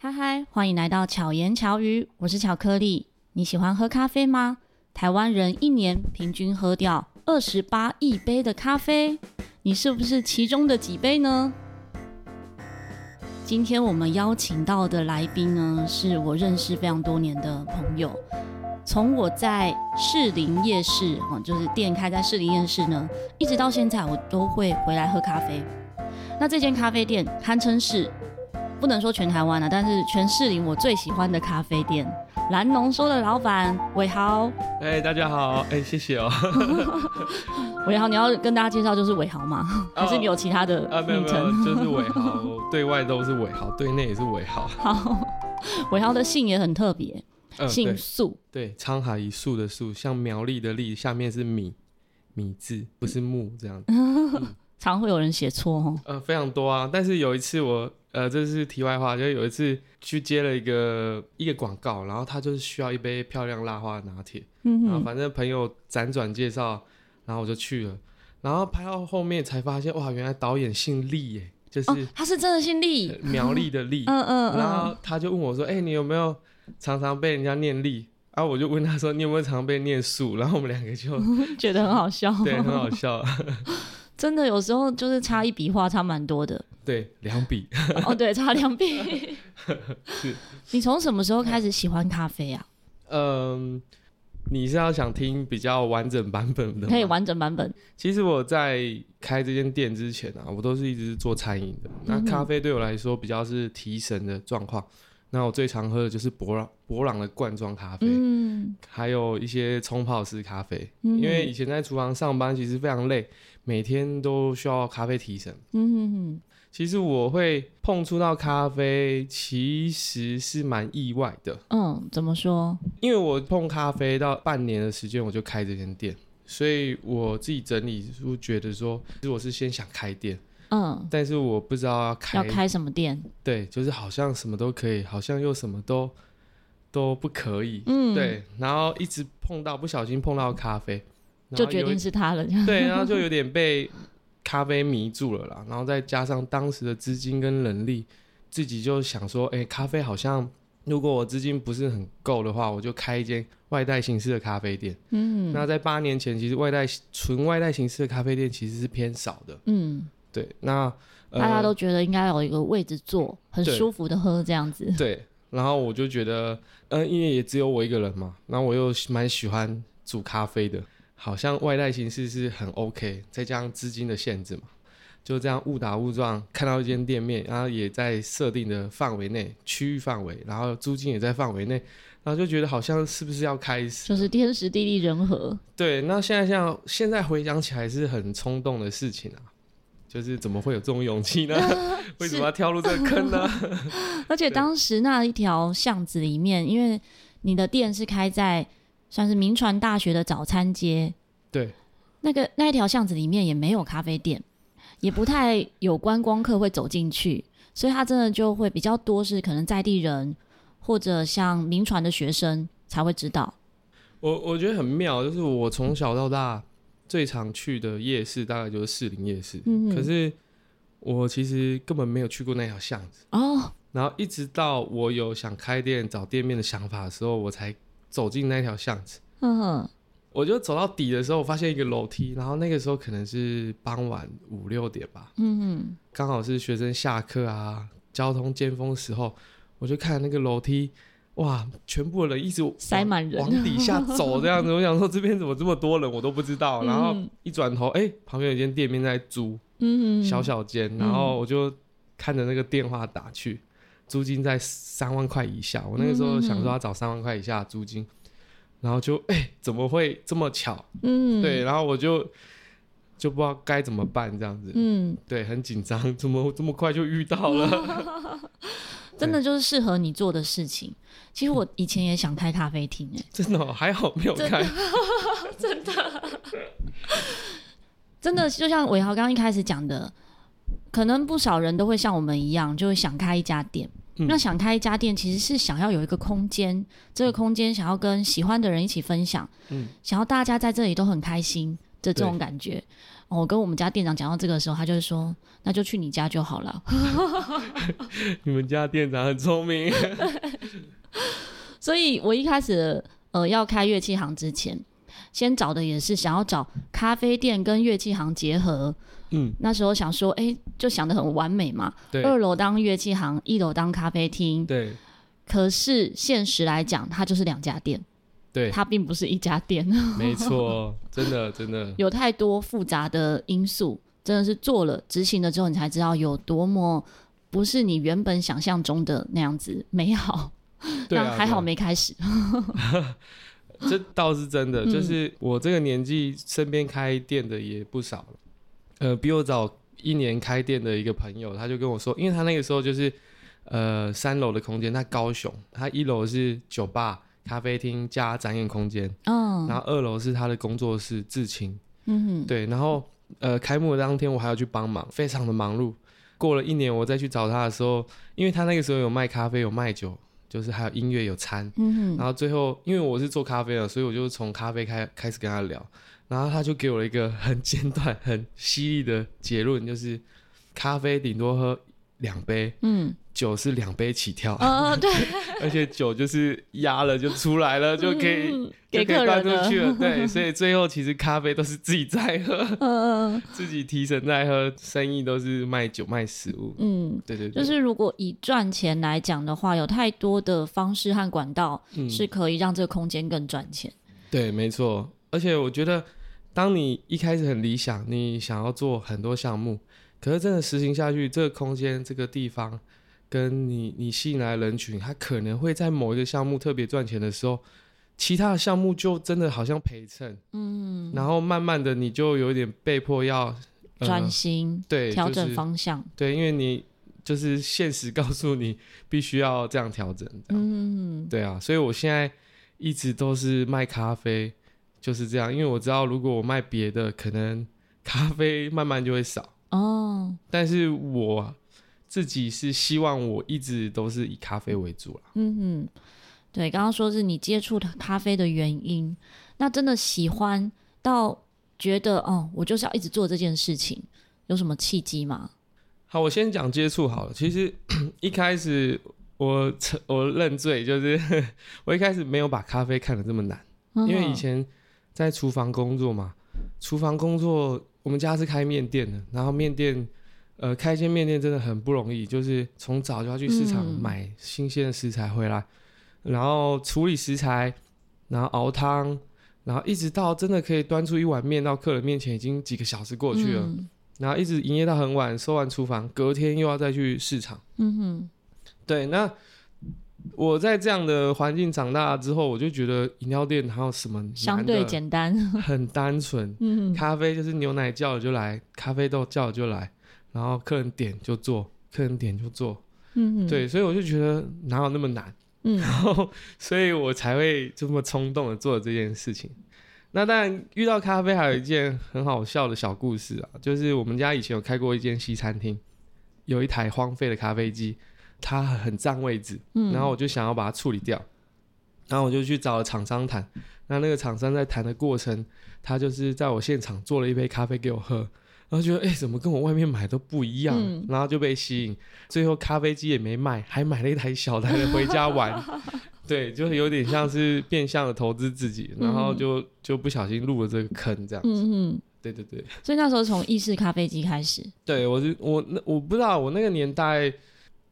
嗨，欢迎来到巧言巧语，我是巧克力。你喜欢喝咖啡吗？台湾人一年平均喝掉二十八亿杯的咖啡，你是不是其中的几杯呢？今天我们邀请到的来宾呢，是我认识非常多年的朋友。从我在士林夜市，哦，就是店开在士林夜市呢，一直到现在，我都会回来喝咖啡。那这间咖啡店堪称是不能说全台湾啊，但是全士林我最喜欢的咖啡店。蓝浓说的老板伟豪，哎、大家好，哎、谢谢哦。伟豪，你要跟大家介绍就是伟豪吗？ 还是你有其他的哦啊，没有昵没有称？，就是伟豪，对外都是伟豪，对内也是伟 豪。好，伟豪的姓也很特别，嗯，姓对素，对，沧海一粟的粟，像苗栗的栗，下面是米米字，不是木这嗯样。常会有人写错哦。呃，非常多啊。但是有一次我，呃，这是题外话，就是有一次去接了一个一个广告，然后他就是需要一杯漂亮辣花拿铁，嗯然后哼，反正朋友辗转介绍，然后我就去了，然后拍到后面才发现，哇，原来导演姓厉耶，就是、哦，他是真的姓呃厉，苗栗的栗。嗯嗯然嗯，后他就问我说：“哎、你有没有常常被人家念力？”然、啊、后我就问他说：“你有没有常被念数？”然后我们两 个就觉得很好笑，对，很好笑。啊真的有时候就是差一笔画差蛮多 的。对，两笔。哦，对，差两 笔。你从什么时候开始喜欢咖啡啊？嗯，你是要想听比较完整版本的？可以。完整版本。其实我在开这间店之前啊，我都是一直做餐饮的。那嗯哼咖啡对我来说比较是提神的状况。那我最常喝的就是博朗博朗的罐装咖啡。嗯，还有一些冲泡式咖啡，嗯因为以前在厨房上班其实非常累，每天都需要咖啡提神。嗯其实我会碰触到咖啡，其实是蛮意外的，嗯，怎么说？因为我碰咖啡到半年的时间，我就开这间店，所以我自己整理是觉得说，其实我是先想开店，嗯，但是我不知道要开，要开什么店？对，就是好像什么都可以，好像又什么都都不可以，嗯，，对，然后一直碰到不小心碰到咖啡，然就后决有定是他了。 这样 对，然后就有点被咖啡迷住了啦，然后再加上当时的资金跟能力，自己就想说，哎、咖啡好像如果我资金不是很够的话，我就开一间外带形式的咖啡店。嗯那在八年前，其实外带纯外带形式的咖啡店其实是偏少的。嗯，对，那、呃、大家都觉得应该有一个位置坐，很对舒服的喝这样子。对，然后我就觉得，嗯、因为也只有我一个人嘛，然后我又蛮喜欢煮咖啡的，好像外带形式是很 OK，再加上资金的限制嘛，就这样误打误撞看到一间店面，然后也在设定的范围内，区域范围，然后租金也在范围内，然后就觉得好像是不是要开始？就是天时地利人和，对，那现在像现在回想起来是很冲动的事情啊。就是怎么会有这种勇气呢？为什么要跳入这个坑呢？而且对当时那一条巷子里面，因为你的店是开在算是民传大学的早餐街，对，那个那一条巷子里面也没有咖啡店，也不太有观光客会走进去，所以它真的就会比较多是可能在地人或者像民传的学生才会知道。我我觉得很妙，就是我从小到大最常去的夜市大概就是士林夜市，嗯哼可是我其实根本没有去过那条巷子。哦，然后一直到我有想开店找店面的想法的时候，我才走进那条巷子。嗯哼，我就走到底的时候，我发现一个楼梯，然后那个时候可能是傍晚五六点吧，嗯刚好是学生下课啊，交通尖峰时候，我就看那个楼梯，哇，全部的人一直往塞满人往底下走这样子。我想说这边怎么这么多人，我都不知道。嗯然后一转头，哎、旁边有一间店面在租哼，嗯哼，小小间，然后我就看着那个电话打去，租金在三万块以下。我那个时候想说要找三万块以下的租金，然后就哎、怎么会这么巧？嗯，对，，然后我就就不知道该怎么办这样子。嗯，对，很紧张，怎么这么快就遇到 了？真的就是适合你做的事情。其实我以前也想开咖啡厅、欸，真的、哦、还好没有真开。真的就像伟豪刚刚一开始讲的，可能不少人都会像我们一样，就会想开一家店。嗯那想开一家店，其实是想要有一个空间，这个空间想要跟喜欢的人一起分享，嗯想要大家在这里都很开心，这这种感觉。哦我跟我们家店长讲到这个的时候，他就是说，那就去你家就好了。 你们家店长很聪 明，所以我一开始呃要开乐器行之前，先找的也是想要找咖啡店跟乐器行结合。嗯，那时候想说，哎、就想的很完美嘛，对二楼当乐器行，一楼当咖啡厅。对可是现实来讲，它就是两家店，对，它并不是一家店， 没错，真的真的，有太多复杂的因素，真的是做了执行了之后，你才知道有多么。不是你原本想象中的那样子美好， 对那啊，还好对啊没开始。这倒是真的，嗯就是我这个年纪，身边开店的也不少了。呃，比我早一年开店的一个朋友，他就跟我说，因为他那个时候就是呃三楼的空间，他高雄，他一楼是酒吧、咖啡厅加展演空间，嗯然后二楼是他的工作室至亲，嗯哼，对，然后呃开幕的当天我还要去帮忙，非常的忙碌。过了一年，我再去找他的时候，因为他那个时候有卖咖啡，有卖酒，就是还有音乐，有餐，嗯哼，然后最后，因为我是做咖啡的，所以我就从咖啡开开始跟他聊，然后他就给我了一个很简短、很犀利的结论，就是咖啡顶多喝两杯，嗯，酒是两杯起跳，呃， 对，而且酒就是压了就出来了，就可以、嗯就给可以客端人出去了。了。对，所以最后其实咖啡都是自己在喝，嗯自己提神在喝，生意都是卖酒卖食物。嗯，对对对，就是如果以赚钱来讲的话，有太多的方式和管道嗯是可以让这个空间更赚钱。对，没错。而且我觉得，当你一开始很理想，你想要做很多项目，可是真的实行下去，这个空间、这个地方，跟你你吸引来的人群，他可能会在某一个项目特别赚钱的时候，其他的项目就真的好像陪衬，嗯，然后慢慢的你就有点被迫要呃专心，对调就整是方向。对，因为你就是现实告诉你必须要这样调整，这样嗯对啊，所以我现在一直都是卖咖啡，就是这样，因为我知道如果我卖别的，可能 咖啡慢慢就会少。哦，但是我自己是希望我一直都是以咖啡为主啦。嗯哼，对，刚刚说是你接触咖啡的原因，那真的喜欢到觉得哦，我就是要一直做这件事情，有什么契机吗？好，我先讲接触好了。其实 一开始我承我认罪，就是 我一开始没有把咖啡看得这么难，嗯因为以前在厨房工作嘛，厨房工作我们家是开面店的，然后面店呃开一间面店真的很不容易，就是从早就要去市场嗯买新鲜的食材回来，然后处理食材，然后熬汤，然后一直到真的可以端出一碗面到客人面前，已经几个小时过去了，嗯然后一直营业到很晚，收完厨房，隔天又要再去市场。嗯哼，对，那我在这样的环境长大之后，我就觉得饮料店还有什么难的相对简单。很单纯，嗯咖啡就是牛奶叫了就来，咖啡豆叫了就来，然后客人点就做，客人点就做。嗯， 对，所以我就觉得哪有那么难，嗯然后所以我才会这么冲动的做了这件事情。 那当然，遇到咖啡还有一件很好笑的小故事啊，就是我们家以前有开过一间西餐厅，有一台荒废的咖啡机，它很占位置，嗯，然后我就想要把它处理掉，然后我就去找了厂商谈。那那个厂商在谈的过程，他就是在我现场做了一杯咖啡给我喝，然后觉得哎、诶怎么跟我外面买都不一样，嗯然后就被吸引。最后咖啡机也没卖，还买了一台小台的回家玩。对，就是有点像是变相的投资自己，然后就就不小心入了这个坑，这样。嗯嗯，对对对，所以那时候从意式咖啡机开始，对我是我那我不知道我那个年代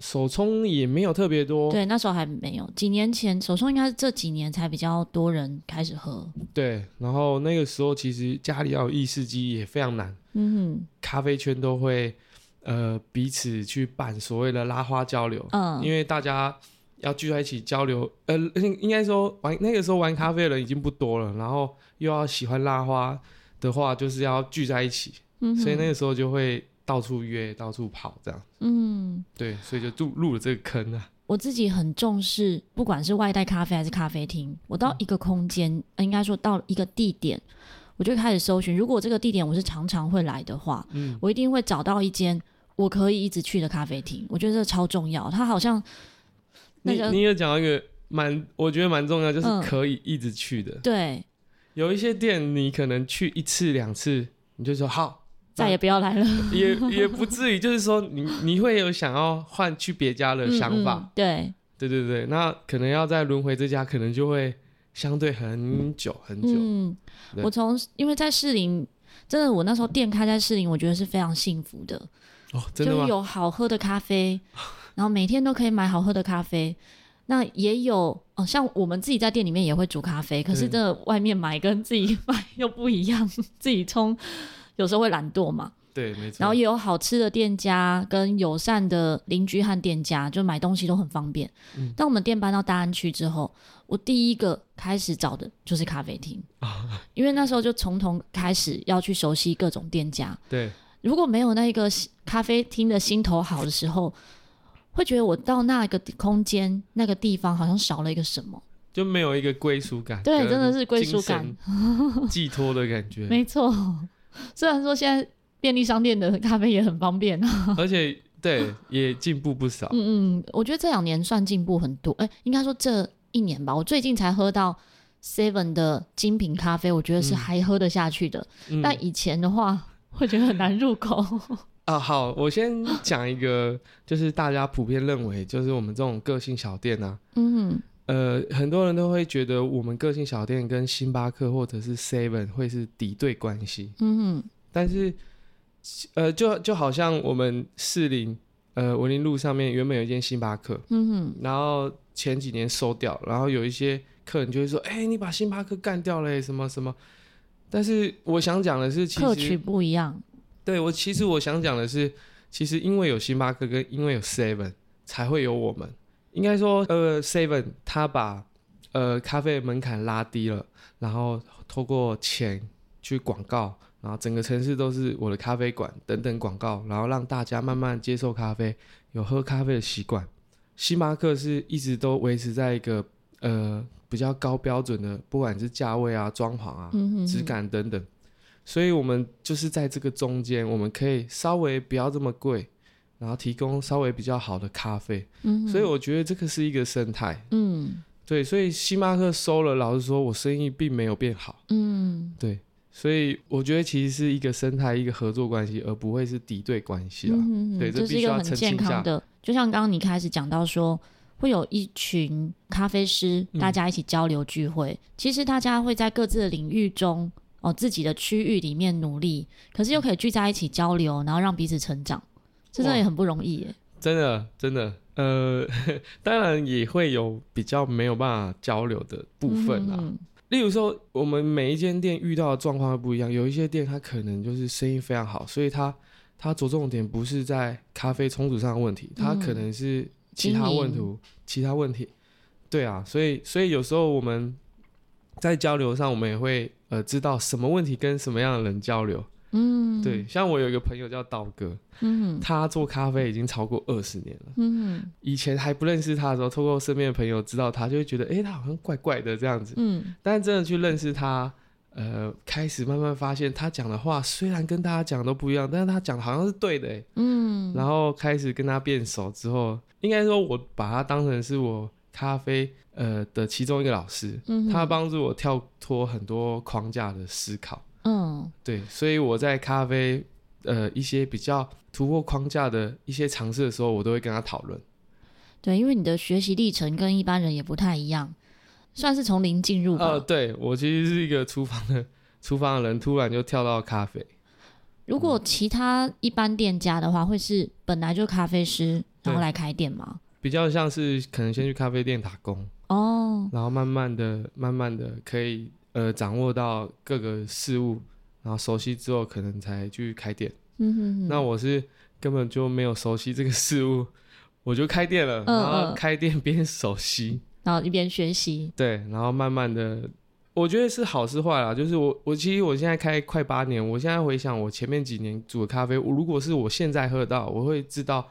手冲也没有特别多，对，那时候还没有。几年前，手冲应该是这几年才比较多人开始哦喝。对，然后那个时候其实家里要有意式机也非常难，嗯咖啡圈都会呃彼此去办所谓的拉花交流，嗯因为大家要聚在一起交流，呃，应应该说玩那个时候玩咖啡的人已经不多了，然后又要喜欢拉花的话，就是要聚在一起，嗯哼，所以那个个时候就会到处约、到处跑这样，嗯，对，所以就入入了这个坑啊，我自己很重视，不管是外带咖啡还是咖啡厅，我到一个空间，呃应该说到一个地点，我就开始搜寻。如果这个地点我是常常会来的话，嗯，我一定会找到一间我可以一直去的咖啡厅。我觉得这超重要，它好像那你个你有讲到一个蛮我觉得蛮重要，就嗯是可以一直去的，对，有一些店你可能去一次两次，你就说好，再也不要来了。也也不至于，就是说你你会有想要换去别家的想法，嗯嗯对，对对对，那可能要再轮回这家，可能就会相对很久很久。嗯，对我从因为在士林，真的我那时候店开在士林，我觉得是非常幸福的，哦，真就的是吗？有好喝的咖 啡，然后每天都可以买好喝的咖啡。那也有哦，像我们自己在店里面也会煮咖啡，可是嗯真的外面买跟自己买又不一样， 自己冲有时候会懒惰嘛。对，没错。然后也有好吃的店家跟友善的邻居和店家，就买东西都很方便。嗯当我们店搬到大安区之后，我第一个开始找的就是咖啡 厅，因为那时候就从头开始要去熟悉各种店家。对，如果没有那个咖啡厅的心头好的时候，会觉得我到那个空间、那个地方好像少了一个什么。就没有一个归属感，对真的是归属感、 寄托的感觉。没错， 虽然说现在便利商店的咖啡也很方便啊，而且对也进步不少。嗯嗯，我觉得这两年算进步很多，哎、应该说这一年吧，我最近才喝到 Seven 的精品咖啡，我觉得是嗯还喝得下去的。嗯但以前的话，会觉得很难入 口。啊，好，我先讲一个，就是大家普遍认为，就是我们这种个性小店啊，嗯，呃，很多人都会觉得我们个性小店跟星巴克或者是 Seven 会是敌对关系。嗯但是，呃，就就好像我们士林呃文林路上面原本有一间星巴克，嗯然后前几年收掉，然后有一些客人就会说：“哎、你把星巴克干掉了、什么什么。”但是我想讲的是，其客群实不一样。对我其实我想讲的是，其实因为有星巴克跟因为有 Seven 才会有我们。应该说，呃，Seven 他把呃咖啡的门槛拉低了，然后透过钱去广告，然后整个城市都是我的咖啡馆等等广告，然后让大家慢慢接受咖啡，有喝咖啡的习惯。星巴克是一直都维持在一个呃比较高标准的，不管是价位啊、装潢啊、嗯哼质哼，感等等。所以我们就是在这个中间，我们可以稍微不要这么贵，然后提供稍微比较好的咖啡。嗯哼所以我觉得这个是一个生态。嗯对，所以星巴克收了，老实说，我生意并没有变好。嗯对，所以我觉得其实是一个生态，一个合作关系，而不会是敌对关系啦。嗯对这这必是一须个要很澄健清一康下的。就像刚刚你开始讲到说，会有一群咖啡师，嗯大家一起交流聚会。其实大家会在各自的领域中，哦，自己的区域里面努力，可是又可以聚在一起交流，然后让彼此成长，这真的哇也很不容易耶。真的，真的，呃， 当然也会有比较没有办法交流的部分啊啦。嗯例如说，我们每一间店遇到的状况会不一样，有一些店它可能就是生意非常好，所以它它着重点不是在咖啡冲煮上的问题，它可能是其他问题，经其他问题。对啊，所以所以有时候我们在交流上，我们也会呃知道什么问题跟什么样的人交流。嗯，对，，像我有一个朋友叫道哥，嗯他做咖啡已经超过二十年了。嗯以前还不认识他的时候，透过身边的朋友知道他，就会觉得诶，他好像怪怪的这样子。嗯但真的去认识他，呃，开始慢慢发现他讲的话虽然跟大家讲的都不一样，但是他讲的好像是对的欸、嗯，然后开始跟他变熟之后，应该说我把他当成是我咖啡呃的其中一个老师，嗯哼他帮助我跳脱很多框架的思考。嗯对，所以我在咖啡呃一些比较突破框架的一些尝试的时候，我都会跟他讨论。对，因为你的学习历程跟一般人也不太一样，算是从零进入吧。呃，对我其实是一个厨房的厨房的人，突然就跳到咖啡。如果其他一般店家的话，会是本来就咖啡师，然后对来开店吗？比较像是可能先去咖啡店打工，哦，然后慢慢的、慢慢的可以呃掌握到各个事物，然后熟悉之后可能才去开店。嗯哼哼，那我是根本就没有熟悉这个事物， 我就开店了，嗯然嗯后开店边熟 悉，然后一边学习，对，然后慢慢的。我觉得是好是坏啦，就是我我其实我现在开快八年，我现在回想我前面几年煮的咖啡，我如果是我现在喝得到，我会知道，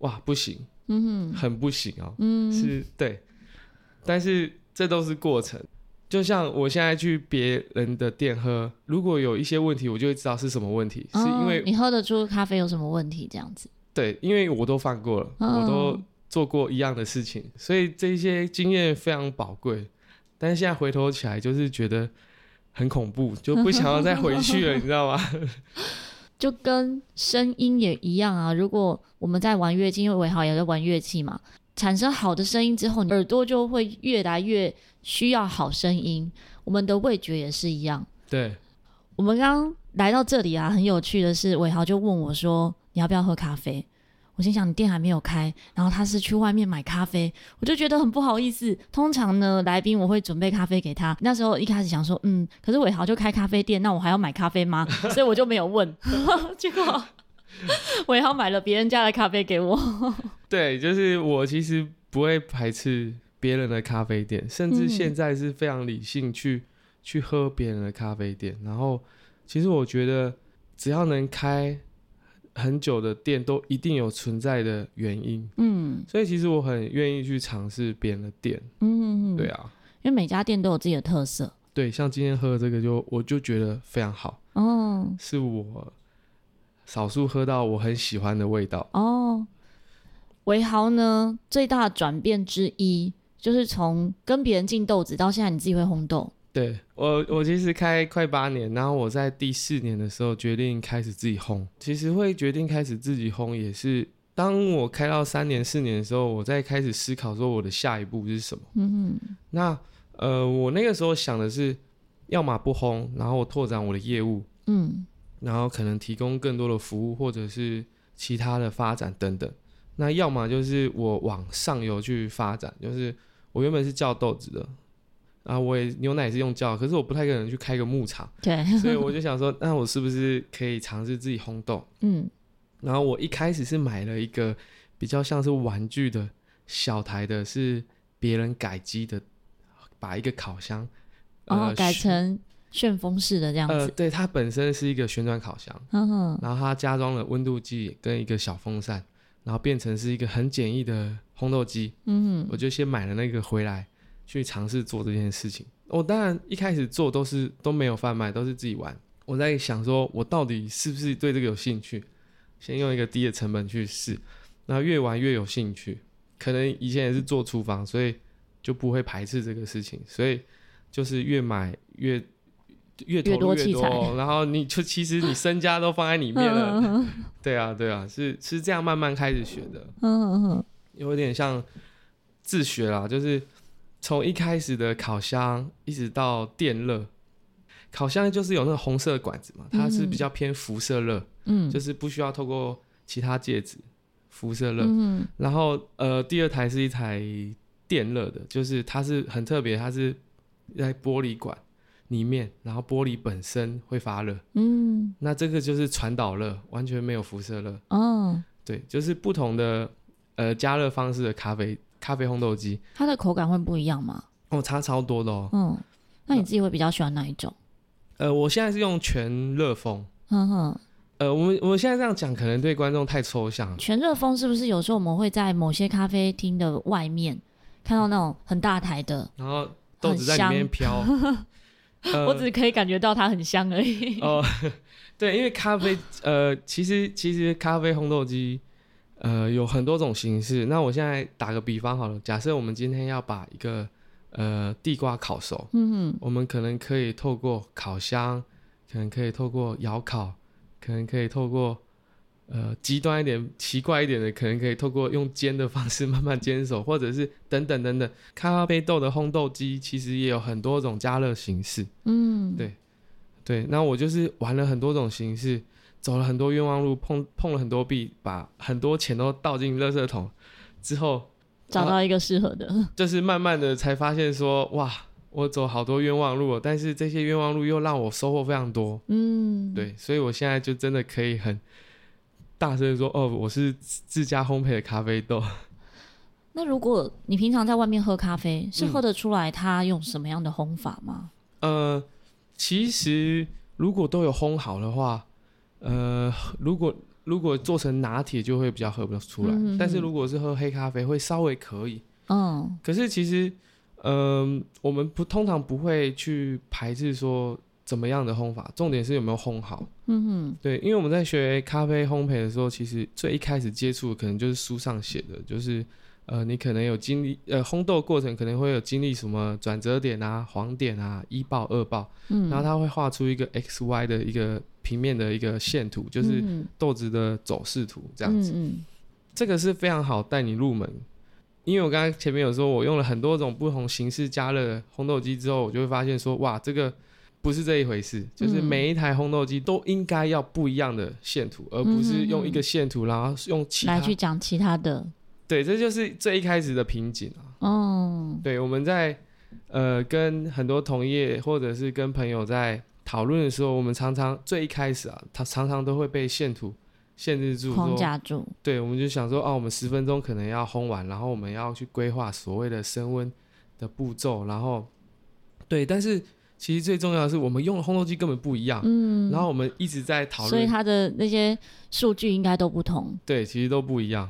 哇不行，嗯哼，很不行哦、嗯，是对，但是这都是过程。就像我现在去别人的店喝，如果有一些问题，我就会知道是什么问题，是因为哦你喝得出咖啡有什么问题这样子，对，因为我都犯过了，我都嗯做过一样的事情，所以这些经验非常宝贵。但是现在回头起来，就是觉得很恐怖，就不想要再回去了，你知道吗？ 就跟声音也一样啊。如果我们在玩乐器，因为伟豪也在玩乐器嘛，产生好的声音之后，你耳朵就会越来越需要好声音。我们的味觉也是一样。对，我们刚刚来到这里啊，很有趣的是，伟豪就问我说：“你要不要喝咖啡？”我心想你店还没有开，然后他是去外面买咖啡，我就觉得很不好意思。通常呢，来宾我会准备咖啡给他。那时候一开始想说，嗯，可是伟豪就开咖啡店，那我还要买咖啡吗？ 所以我就没有问。结果伟豪买了别人家的咖啡给我。 对，就是我其实不会排斥别人的咖啡店，甚至嗯现在是非常理性去、去喝别人的咖啡店。然后，其实我觉得只要能开很久的店，都一定有存在的原因。嗯所以其实我很愿意去尝试别人的店。嗯，对，啊，因为每家店都有自己的特色。对，像今天喝的这个就我就觉得非常好，哦是我少数喝到我很喜欢的味道。哦，维豪呢最大的转变之一就是从跟别人进豆子到现在你自己会烘豆。对我，我其实开快八年，然后我在第四年的时候决定开始自己烘。其实会决定开始自己烘，也是当我开到三年、四年的时候，我在开始思考说我的下一步是什么。嗯那呃，我那个时候想的是，要么不烘，然后拓展我的业务，哼嗯然后可能提供更多的服务，或者是其他的发展等等。那要么就是我往上游去发展，就是我原本是叫豆子的，啊，我也牛奶也是用叫，可是我不太可能去开个牧场，对，所以我就想说，那我是不是可以尝试自己烘豆？ 嗯然后我一开始是买了一个比较像是玩具的小台的，是别人改机的，把一个烤箱，哦，呃改旋成旋风式的这样呃，子。对，它本身是一个旋转烤箱。嗯哼，然后它加装了温度计跟一个小风扇，然后变成是一个很简易的烘豆机。嗯我就先买了那个回来，去尝试做这件事情。我当然一开始做都是都没有贩卖，都是自己玩。我在想说，我到底是不是对这个有兴趣？先用一个低的成本去试，然后越玩越有兴趣。可能以前也是做厨房，所以就不会排斥这个事情，所以就是越买越越投入越多器材多然后你就其实你身家都放在里面了，嗯对啊，对啊，是是这样慢慢开始学的，嗯嗯，有点像自学啦，就是从一开始的烤箱一直到电热，烤箱就是有那个红色的管子嘛，它是比较偏辐射热，嗯，就是不需要透过其他介质辐射热。嗯然后呃，第二台是一台电热的，就是它是很特别，它是在玻璃管里面，然后玻璃本身会发热，嗯那这个就是传导热，完全没有辐射热。哦，对，就是不同的呃加热方式的咖啡咖啡烘豆机，它的口感会不一样嘛？哦，差超多的哦。嗯，那你自己会比较喜欢哪一种？呃，我现在是用全热风，嗯哼，呃，我们我现在这样讲可能对观众太抽象了，全热风是不是有时候我们会在某些咖啡厅的外面看到那种很大台的？然后豆子在里面很 飘。呃我只可以感觉到它很香而已。哦， 对，因为咖啡，呃，其实其实咖啡烘豆机，呃，有很多种形式。那我现在打个比方好了，假设我们今天要把一个呃地瓜烤熟，嗯我们可能可以透过烤箱，可能可以透过窑烤，可能可以透过呃极端一点、奇怪一点的，可能可以透过用煎的方式 慢慢煎熟，或者是等等等等。咖啡豆的烘豆机其实也有很多种加热形式。嗯，对对，那我就是玩了很多种形式，走了很多冤枉路，碰碰了很多壁，把很多钱都倒进垃圾桶之后， 找到一个适合的。就是慢慢的才发现说，哇，我走好多冤枉路哦，但是这些冤枉路又让我收获非常多。嗯，，对，所以我现在就真的可以很大声地说，哦，我是自自家烘焙的咖啡豆。那如果你平常在外面喝咖啡，是喝得出来它用什么样的烘法吗？呃，其实如果都有烘好的话，呃，如果如果做成拿铁就会比较喝不出来，嗯嗯嗯但是如果是喝黑咖啡会稍微可以。嗯可是其实，嗯、我们不通常不会去排斥说怎么样的烘法，重点是有没有烘好。嗯对，因为我们在学咖啡烘焙的时候，其实最一开始接触的可能就是书上写的，就是呃，你可能有经历呃烘豆过程可能会有经历什么转折点啊、黄点啊、一爆、二爆，嗯然后它会画出一个 X、Y 的一个平面的一个线图，就是嗯豆子的走势图这样子。嗯这个是非常好带你入门。因为我刚刚前面有说，我用了很多种不同形式加热烘豆机之后，我就会发现说，哇，这个不是这一回事，就是嗯每一台烘豆机都应该要不一样的线图，而不是用一个线图，然后用嗯其他来去讲其他的，对，这就是最一开始的瓶颈啊。哦，对，我们在呃跟很多同业或者是跟朋友在讨论的时候，我们常常最一开始啊，他常常都会被线图限制住，框说架住，对，我们就想说，哦，我们十分钟可能要烘完，然后我们要去规划所谓的升温的步骤，然后对，但是其实最重要的是，我们用的烘豆机根本不一样，嗯，然后我们一直在讨所以论，它的那些数据应该都不同。对，其实都不一样，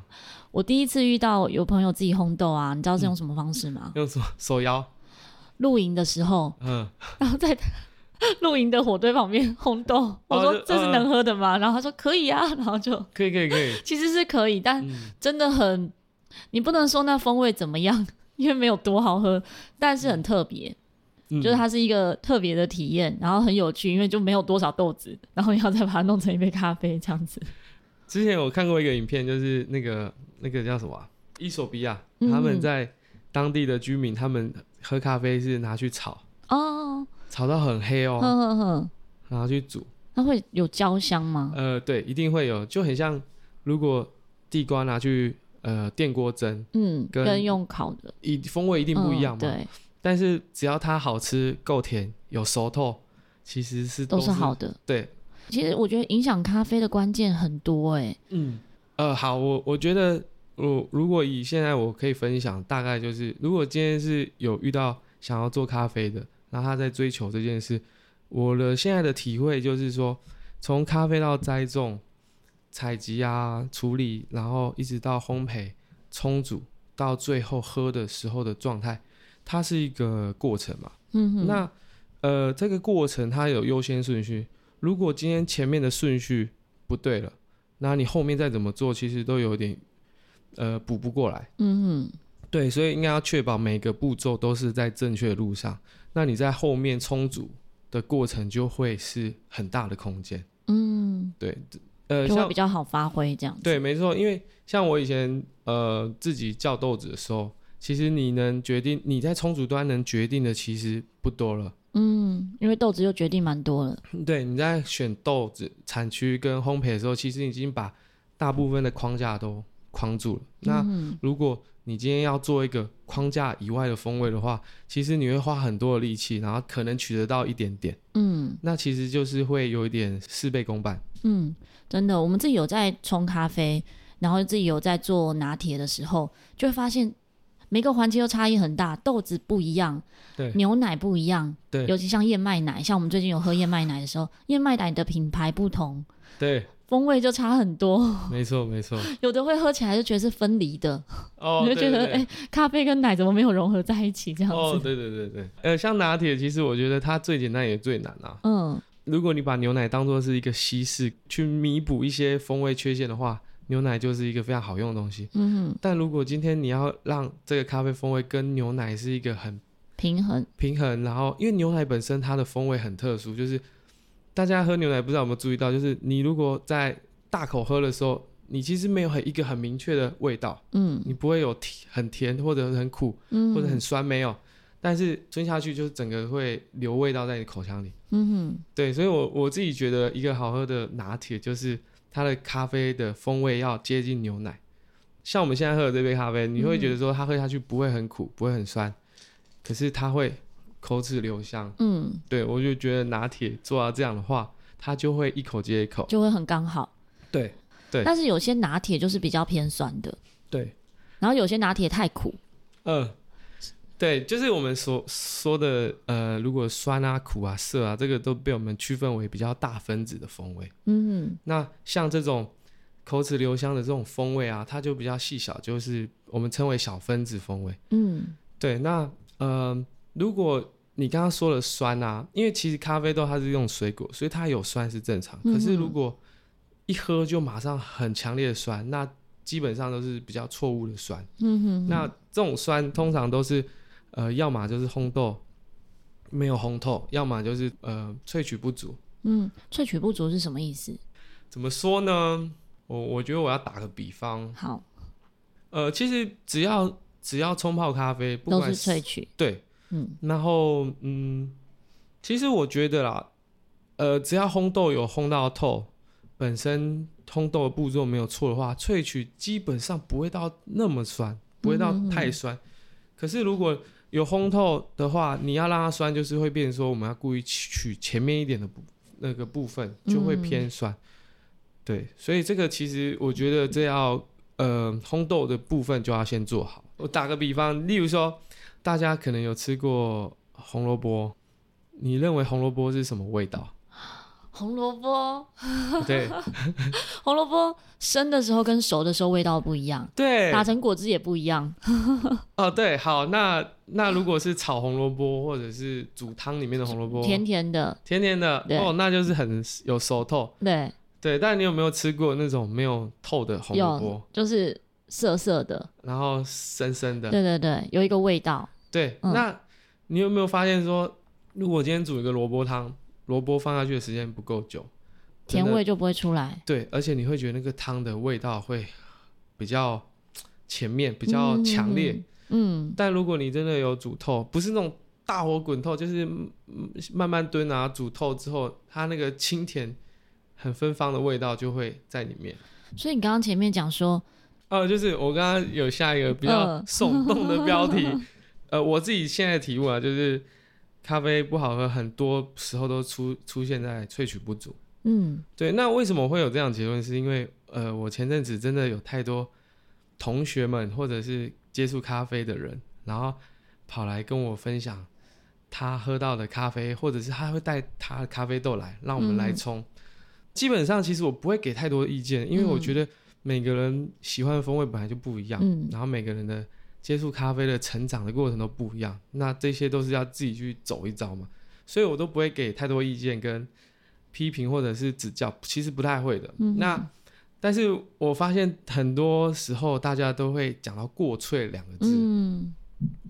我第一次遇到有朋友自己烘豆啊，你知道是用什么方式吗？用手手摇，露营的时 候，嗯，然后在露营的火堆旁边烘豆， 我哦说就这是能喝的吗？然后他说可以啊，然后就可以，可以，可以，其实是可以，但嗯，真的很，你不能说那风味怎么样， 因为没有多好喝，但是很特别，嗯就是它是一个特别的体验，然后很有趣，因为就没有多少豆子，然后要再把它弄成一杯咖啡这 样子。之前我看过一个影片，就是那个那个叫什么啊、伊索比亚，他嗯们在当地的居民，他们喝咖啡是拿去炒，哦，炒到很黑呵哦，呵呵，然后去煮。它会有焦香吗？呃，对，一定会有，就很像如果地瓜拿去呃电锅蒸，嗯，跟跟用烤的一风味一定不一样嗯嘛。对，但是只要它好吃、够甜、有熟透，其实是都是是好。的。对，其实我觉得影响咖啡的关键很多哎、嗯，呃，好，我我觉得我如果以现在我可以分享，大概就是如果今天是有遇到想要做咖啡的，然后他在追求这件事，我的现在的体会就是说，从咖啡到栽种、采集啊、处理，然后一直到烘焙、冲煮，到最后喝的时候的状态，它是一个过程嘛。嗯哼，那呃，这个过程它有优先顺序。如果今天前面的顺序不对了，那你后面再怎么做，其实都有点呃补不过来。嗯哼，对，所以应该要确保每个步骤都是在正确的路上。那你在后面充足的过程就会是很大的空间。嗯，对，呃，就会像比较好发挥这样子。对，没错，因为像我以前呃自己叫豆子的时候，其实你能决定你在充足端能决定的其实不多了。嗯，因为豆子就决定蛮多了。对，你在选豆子产区跟烘焙的时候，其实已经把大部分的框架都框住了。那嗯如果你今天要做一个框架以外的风味的话，其实你会花很多的力气，然后可能取得到一点点，嗯那其实就是会有一点事倍功半。嗯，真的，我们自己有在冲咖啡，然后自己有在做拿铁的时候，就会发现每个环节都差异很大，豆子不一样，对牛奶不一样，对尤其像燕麦奶，像我们最近有喝燕麦奶的时候，燕麦奶的品牌不同，对，风味就差很多， 没错没错。有的会喝起来就觉得是分离的，哦，你就对觉得对对哎、咖啡跟奶怎么没有融合在一起这样子？哦，对对对对，呃，像拿铁，其实我觉得它最简单也最难啊。嗯，如果你把牛奶当做是一个稀释，去弥补一些风味缺陷的话，牛奶就是一个非常好用的东西。嗯，但如果今天你要让这个咖啡风味跟牛奶是一个很平衡，平衡，然后因为牛奶本身它的风味很特殊，就是大家喝牛奶不知道有没有注意到，就是你如果在大口喝的时候，你其实没有很一个很明确的味道，嗯你不会有甜很甜或者很苦嗯，或者很酸没有，但是吞下去就是整个会留味道在你口腔里。嗯对，所以我我自己觉得一个好喝的拿铁就是它的咖啡的风味要接近牛奶。像我们现在喝的这杯咖啡，你会觉得说它喝下去不会很苦，不会很酸，可是它会口齿留香哼。嗯，对我就觉得拿铁做到这样的话，它就会一口接一口。就会很刚好。对对但是有些拿铁就是比较偏酸的，对，然后有些拿铁太苦，嗯、对，就是我们所说的呃，如果酸啊、苦啊、涩啊，这个都被我们区分为比较大分子的风味。嗯那像这种口齿留香的这种风味啊，它就比较细小，就是我们称为小分子风味。嗯对，那呃，如果你刚刚说了酸啊，因为其实咖啡豆它是用水果，所以它有酸是正常。可是嗯如果一喝就马上很强烈的酸，那基本上都是比较错误的酸。嗯哼，那这种酸通常都是，呃，要么就是烘豆没有烘透，要么就是呃萃取不足。嗯，萃取不足是什么意思？怎么说呢？我我觉得我要打个比方，好，呃，其实只要只要冲泡咖啡，不都管是萃取，对，嗯然后嗯，其实我觉得啦，呃，只要烘豆有烘到透，本身烘豆的步骤没有错的话，萃取基本上不会到那么酸，不会到太酸。可是如果有烘透的话，你要让它酸，就是会变成说我们要故意取取前面一点的部那个部分，就会偏酸。对，所以这个其实我觉得这要呃烘豆的部分就要先做好。我打个比方，例如说大家可能有吃过红萝卜，你认为红萝卜是什么味 道？红萝卜，对红萝卜生的时候跟熟的时候味道不一样，对，打成果汁也不一样。哦对，好，那那如果是炒红萝卜或者是煮汤里面的红萝卜，甜甜的，甜甜的对哦，那就是很有熟透。对，对，但你有没有吃过那种没有透的红萝有卜，就是涩涩的，然后深深的？对对对，有一个味道，对，嗯那你有没有发现说，如果今天煮一个萝卜汤，萝卜放下去的时间不够久，真甜的味就不会出来。对，而且你会觉得那个汤的味道会比较前面比较强烈。嗯，但如果你真的有煮透，不是那种大火滚透，就是嗯慢慢炖啊，煮透之后，它那个清甜、很芬芳的味道就会在里面。所以你刚刚前面讲说，哦，就是我刚刚有下一个比较嗯 耸动的标题，呃，我自己现在的题目啊，就是咖啡不好喝，很多时候都出出现在萃取不足。嗯对，那为什么会有这样的结论？是因为呃，我前阵子真的有太多同学们或者是接触咖啡的人，然后跑来跟我分享他喝到的咖啡，或者是他会带他的咖啡豆来，让我们来嗯冲。基本上，其实我不会给太多意见，因为我嗯觉得每个人喜欢的风味本来就不一样，嗯然后每个人的接触咖啡的成长的过程都不一样，那这些都是要自己去走一遭嘛，所以我都不会给太多意见跟批评或者是指教，其实不太会的。嗯那但是我发现很多时候大家都会讲到“过萃”两个字，嗯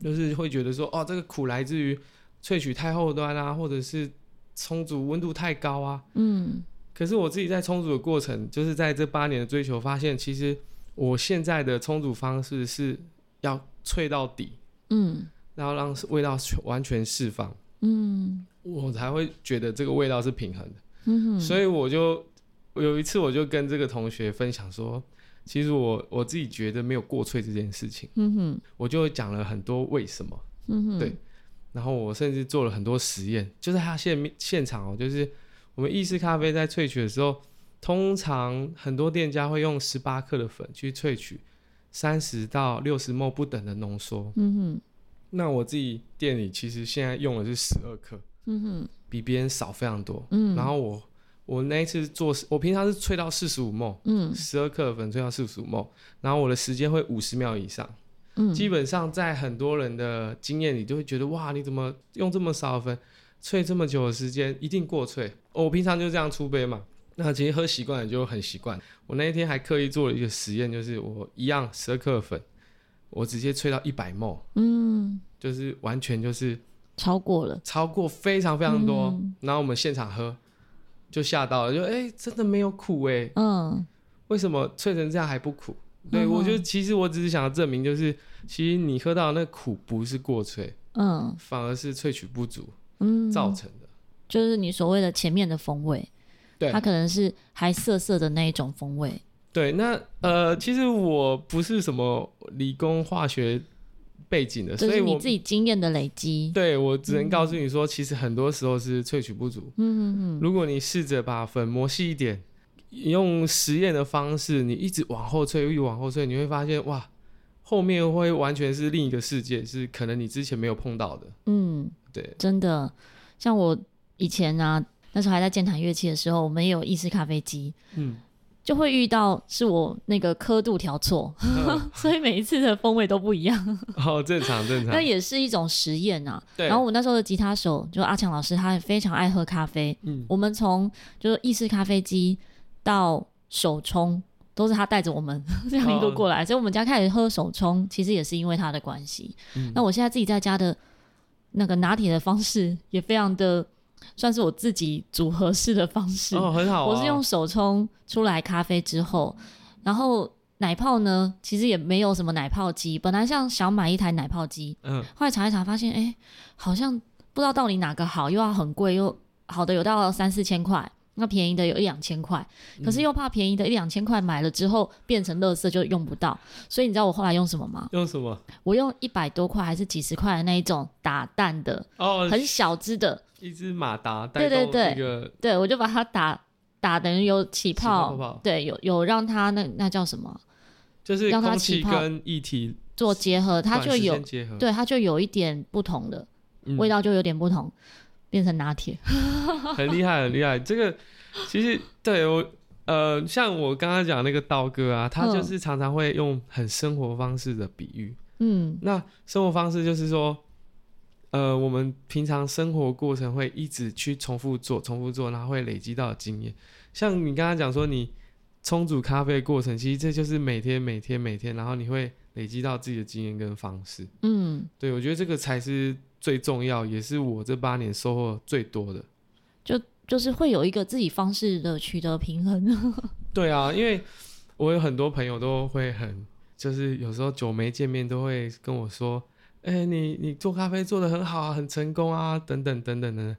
就是会觉得说，哦，这个苦来自于萃取太后端啊，或者是充足温度太高啊。嗯可是我自己在冲煮的过程，就是在这八年的追求，发现其实我现在的冲煮方式是要萃到底，嗯然后让味道完全释放，嗯我才会觉得这个味道是平衡的。嗯，所以我就有一次我就跟这个同学分享说，其实我我自己觉得没有过萃这件事情，嗯哼我就讲了很多为什么，嗯哼，对然后我甚至做了很多实验，就在他现面现场哦，就是我们意式咖啡在萃取的时候，通常很多店家会用十八克的粉去萃取三十到六十 ml 不等的浓缩。嗯哼那我自己店里其实现在用的是十二克，嗯哼比别人少非常多。嗯，然后我我那一次做，我平常是萃到四十五 ml，嗯十二克的粉萃到四十五 ml，然后我的时间会五十秒以上。嗯基本上在很多人的经验里，就会觉得哇，你怎么用这么少的粉，萃这么久的时间，一定过萃。哦我平常就这样出杯嘛，那其实喝习惯了就很习惯。我那一天还刻意做了一个实验，就是我一样十二克的粉，我直接萃到一百 ml，嗯就是完全就是超过了，超过非常非常多。嗯然后我们现场喝，就吓到了，就哎、真的没有苦哎、嗯为什么萃成这样还不苦？对，嗯我就其实我只是想要证明，就是其实你喝到的那苦不是过萃，嗯反而是萃取不足嗯，造成的。就是你所谓的前面的风味，对它可能是还涩涩的那一种风味，对，那呃，其实我不是什么理工化学背景的，就所以是你我自己嗯经验的累积。对我只能告诉你说，其实很多时候是萃取不足。嗯嗯嗯如果你试着把粉磨细一点，用实验的方式，你一直往后萃，一直往后萃，你会发现哇，后面会完全是另一个世界，是可能你之前没有碰到的。嗯，对，真的，像我以前啊，那时候还在健谈乐器的时候，我们也有意式咖啡机，嗯，就会遇到是我那个刻度调错，嗯 所以每一次的风味都不一样。哦，正常正常那。也是一种实验啊。对，然后我那时候的吉他手就阿强老师，他也非常爱喝咖啡。嗯我们从就是意式咖啡机到手冲，都是他带着我们 这样一哦路过来，所以我们家开始喝手冲，其实也是因为他的关系。嗯那我现在自己在家的那个拿铁的方式也非常的，算是我自己组合式的方式。哦，很好、啊，我是用手冲出来咖啡之后，然后奶泡呢，其实也没有什么奶泡机，本来想想买一台奶泡机，嗯后来查一查发现，哎、好像不知道到底哪个好，又要很贵，又好的有到三四千块。那便宜的有一两千块，嗯可是又怕便宜的一两千块买了之后变成垃圾就用不到，所以你知道我后来用什么吗？用什么？我用一百多块还是几十块的那一种打蛋的，哦，很小只的，一只马达对带对动对一个对，我就把它打打，等于有起泡，起泡泡对，有有让它那那叫什么就是让它空起气泡跟液体做结合，它短就时间有结合，对它就有一点不同的、嗯味道，就有点不同，变成拿铁。很厉害，很厉 害。这个其实对我，呃，像我刚刚讲那个刀哥啊，他就嗯是常常会用很生活方式的比喻。嗯那生活方式就是说，呃，我们平常生活过程会一直去重复做、重复做，然后会累积到经验。像你刚刚讲说，你冲煮咖啡的过程，其实这就是每天、每天、每天，然后你会累积到自己的经验跟方式。嗯，对我觉得这个才是最重要，也是我这八年收获最多的。就是会有一个自己方式的取得平衡。对啊，因为我有很多朋友都会很，就是有时候久没见面都会跟我说：“哎、你你做咖啡做的很好啊，很成功啊，等等等等的。”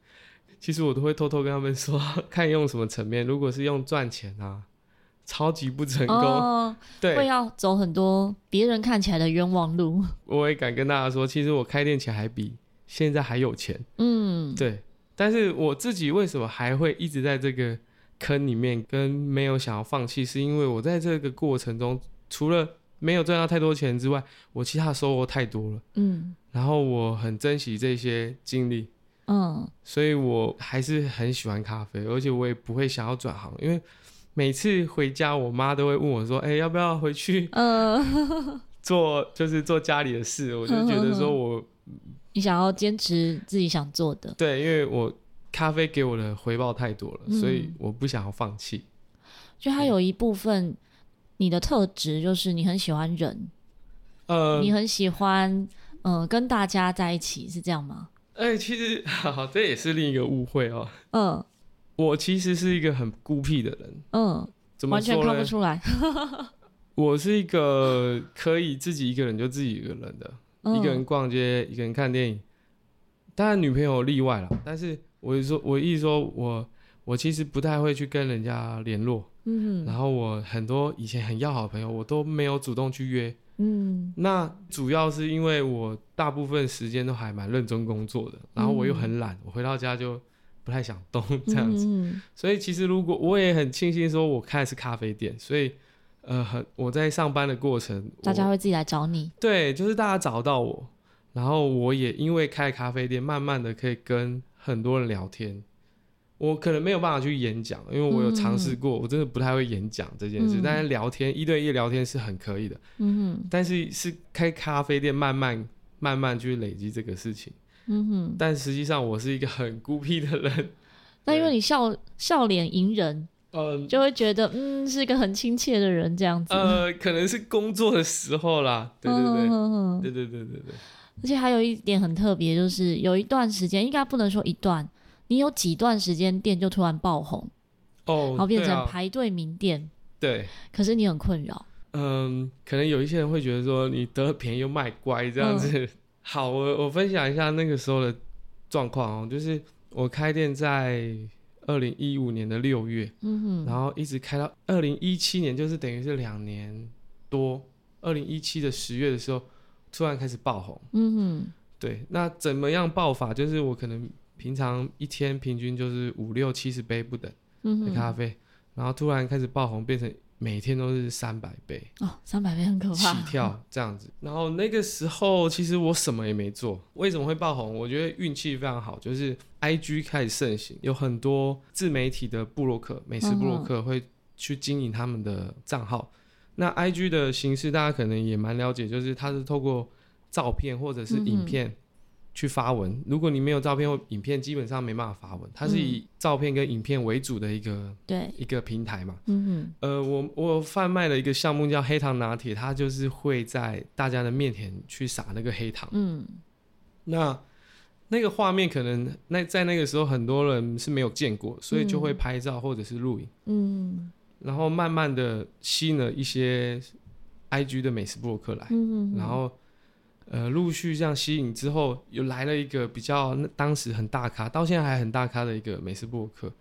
其实我都会偷偷跟他们说， 看用什么层面。如果是用赚钱啊，超级不成 功。哦，会对，要走很多别人看起来的冤枉路。我也敢跟大家说，其实我开店前还比现在还有钱。嗯，对，但是我自己为什么还会一直在这个坑里面，跟没有想要放弃，是因为我在这个过程中，除了没有赚到太多钱之外，我其他的收获太多了，嗯然后我很珍惜这些经历，嗯所以我还是很喜欢咖啡，而且我也不会想要转行，因为每次回家，我妈都会问我说：“哎、要不要回去呃， 做，就是做家里的事？”我就觉得说我你想要坚持自己想做的。对，因为我咖啡给我的回报太多了，所以我不想要放弃。就它有一部分，你的特质就是你很喜欢人，呃，你很喜欢，嗯、跟大家在一起，是这样吗？哎、其实 好，这也是另一个误会哦。嗯我其实是一个很孤僻的人，嗯，怎么完全说看不呢？出来。我是一个可以自己一个人就自己一个人的，嗯、一个人逛街，一个人看电影。当然，女朋友例外了。但是我是说，我意思说我我其实不太会去跟人家联络，嗯然后我很多以前很要好的朋友，我都没有主动去约。嗯那主要是因为我大部分时间都还蛮认真工作的，然后我又很懒，我回到家就不太想动 这样子。嗯嗯所以其实如果我也很庆幸说，我开的是咖啡店，所以呃，很我在上班的过程，我大家会自己来找你。对，就是大家找到我，然后我也因为开咖啡店，慢慢的可以跟很多人聊天。我可能没有办法去演讲，因为我有尝试过，我真的不太会演讲这件事。嗯但是聊天一对一聊天是很可以的。嗯但是是开咖啡店，慢慢慢慢去累积这个事情。哼嗯哼，但实际上我是一个很孤僻的人，那因为你笑笑脸迎人，嗯就会觉得嗯是一个很亲切的人这样子。呃， 可能是工作的时候啦，对对对，嗯对对对对对，而且还有一点很特别，就是有一段时间，应该不能说一段，你有几段时间店就突然爆红，哦然，后变对成啊排队名店，对，可是你很困扰。嗯，可能有一些人会觉得说你得了便宜又卖乖这样嗯子。好，我我分享一下那个时候的状况哦，就是我开店在二零一五年的六月，嗯哼，然后一直开到二零一七年，就是等于是两年多。二零一七的十月的时候，突然开始爆红。嗯对，那怎么样爆法？就是我可能平常一天平均就是五六七十杯不等哼，嗯的咖哼，啡，然后突然开始爆红，变成每天都是三百杯哦，三百倍很可起怕。跳这样子。然后那个时候其实我什么也没做，为什么会爆红？我觉得运气非常好，就是 I G 开始盛行，有很多自媒体的部落客、美食部落客会去经营他们的账号。那 I G 的形式大家可能也蛮了解，就是它是透过照片或者是影片，去发文。如果你没有照片或影片，基本上没办法发文。它是以照片跟影片为主的一个对，一个平台嘛。嗯呃，我我贩卖了一个项目叫黑糖拿铁，它就是会在大家的面前去撒那个黑糖哼。嗯，那那个画面可能那在那个时候很多人是没有见过，所以就会嗯拍照或者是录影，嗯然后慢慢的吸引了一些 IG 的美食博客来，嗯，然后呃陆续这样吸引之后，又来了一个比较那当时很大咖，到现在还很大咖的一个美食博客，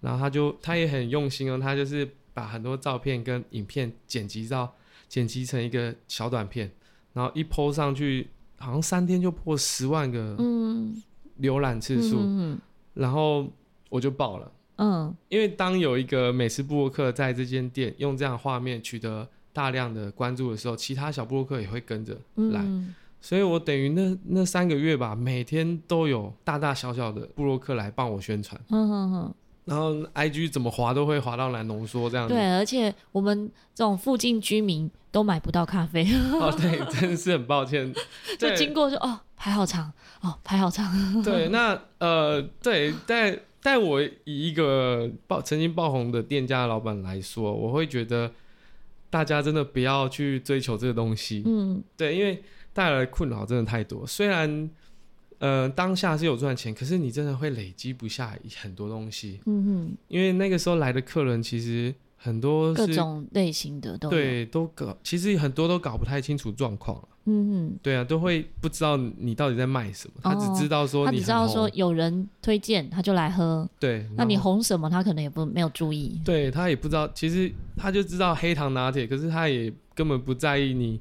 然后他就他也很用心哦，他就是把很多照片跟影片剪辑到剪辑成一个小短片，然后一 PO 上去，好像三天就破十万个嗯浏览次数，嗯然后我就爆了。嗯因为当有一个美食布洛克在这间店用这样的画面取得大量的关注的时候，其他小布洛克也会跟着嗯来，所以我等于那那三个月吧，每天都有大大小小的布洛克来帮我宣传，嗯哼哼。然后 IG 怎么滑都会滑到蓝浓缩这样子。对，而且我们这种附近居民都买不到咖啡， 哦，对， 真的是很抱歉，就对经过就哦排好长，哦排好长，对，那呃，对，但但我以一个爆曾经爆红的店家老板来说，我会觉得大家真的不要去追求这个东西，嗯对，因为带来的困扰真的太多。虽然呃当下是有赚钱，可是你真的会累积不下很多东西，嗯因为那个时候来的客人其实很哼，多各是。种类型的都有，对，都搞，其实很多都搞不太清楚状况，嗯对啊，都会不知道你到底在卖什么，他哦只知道哼，说他你只知很道说红嗯有人推荐他就来喝，对，那然你后红什么他可能也不没有注意，对他也不知道，其实他就知道黑糖拿铁，可是他也根本不在意你，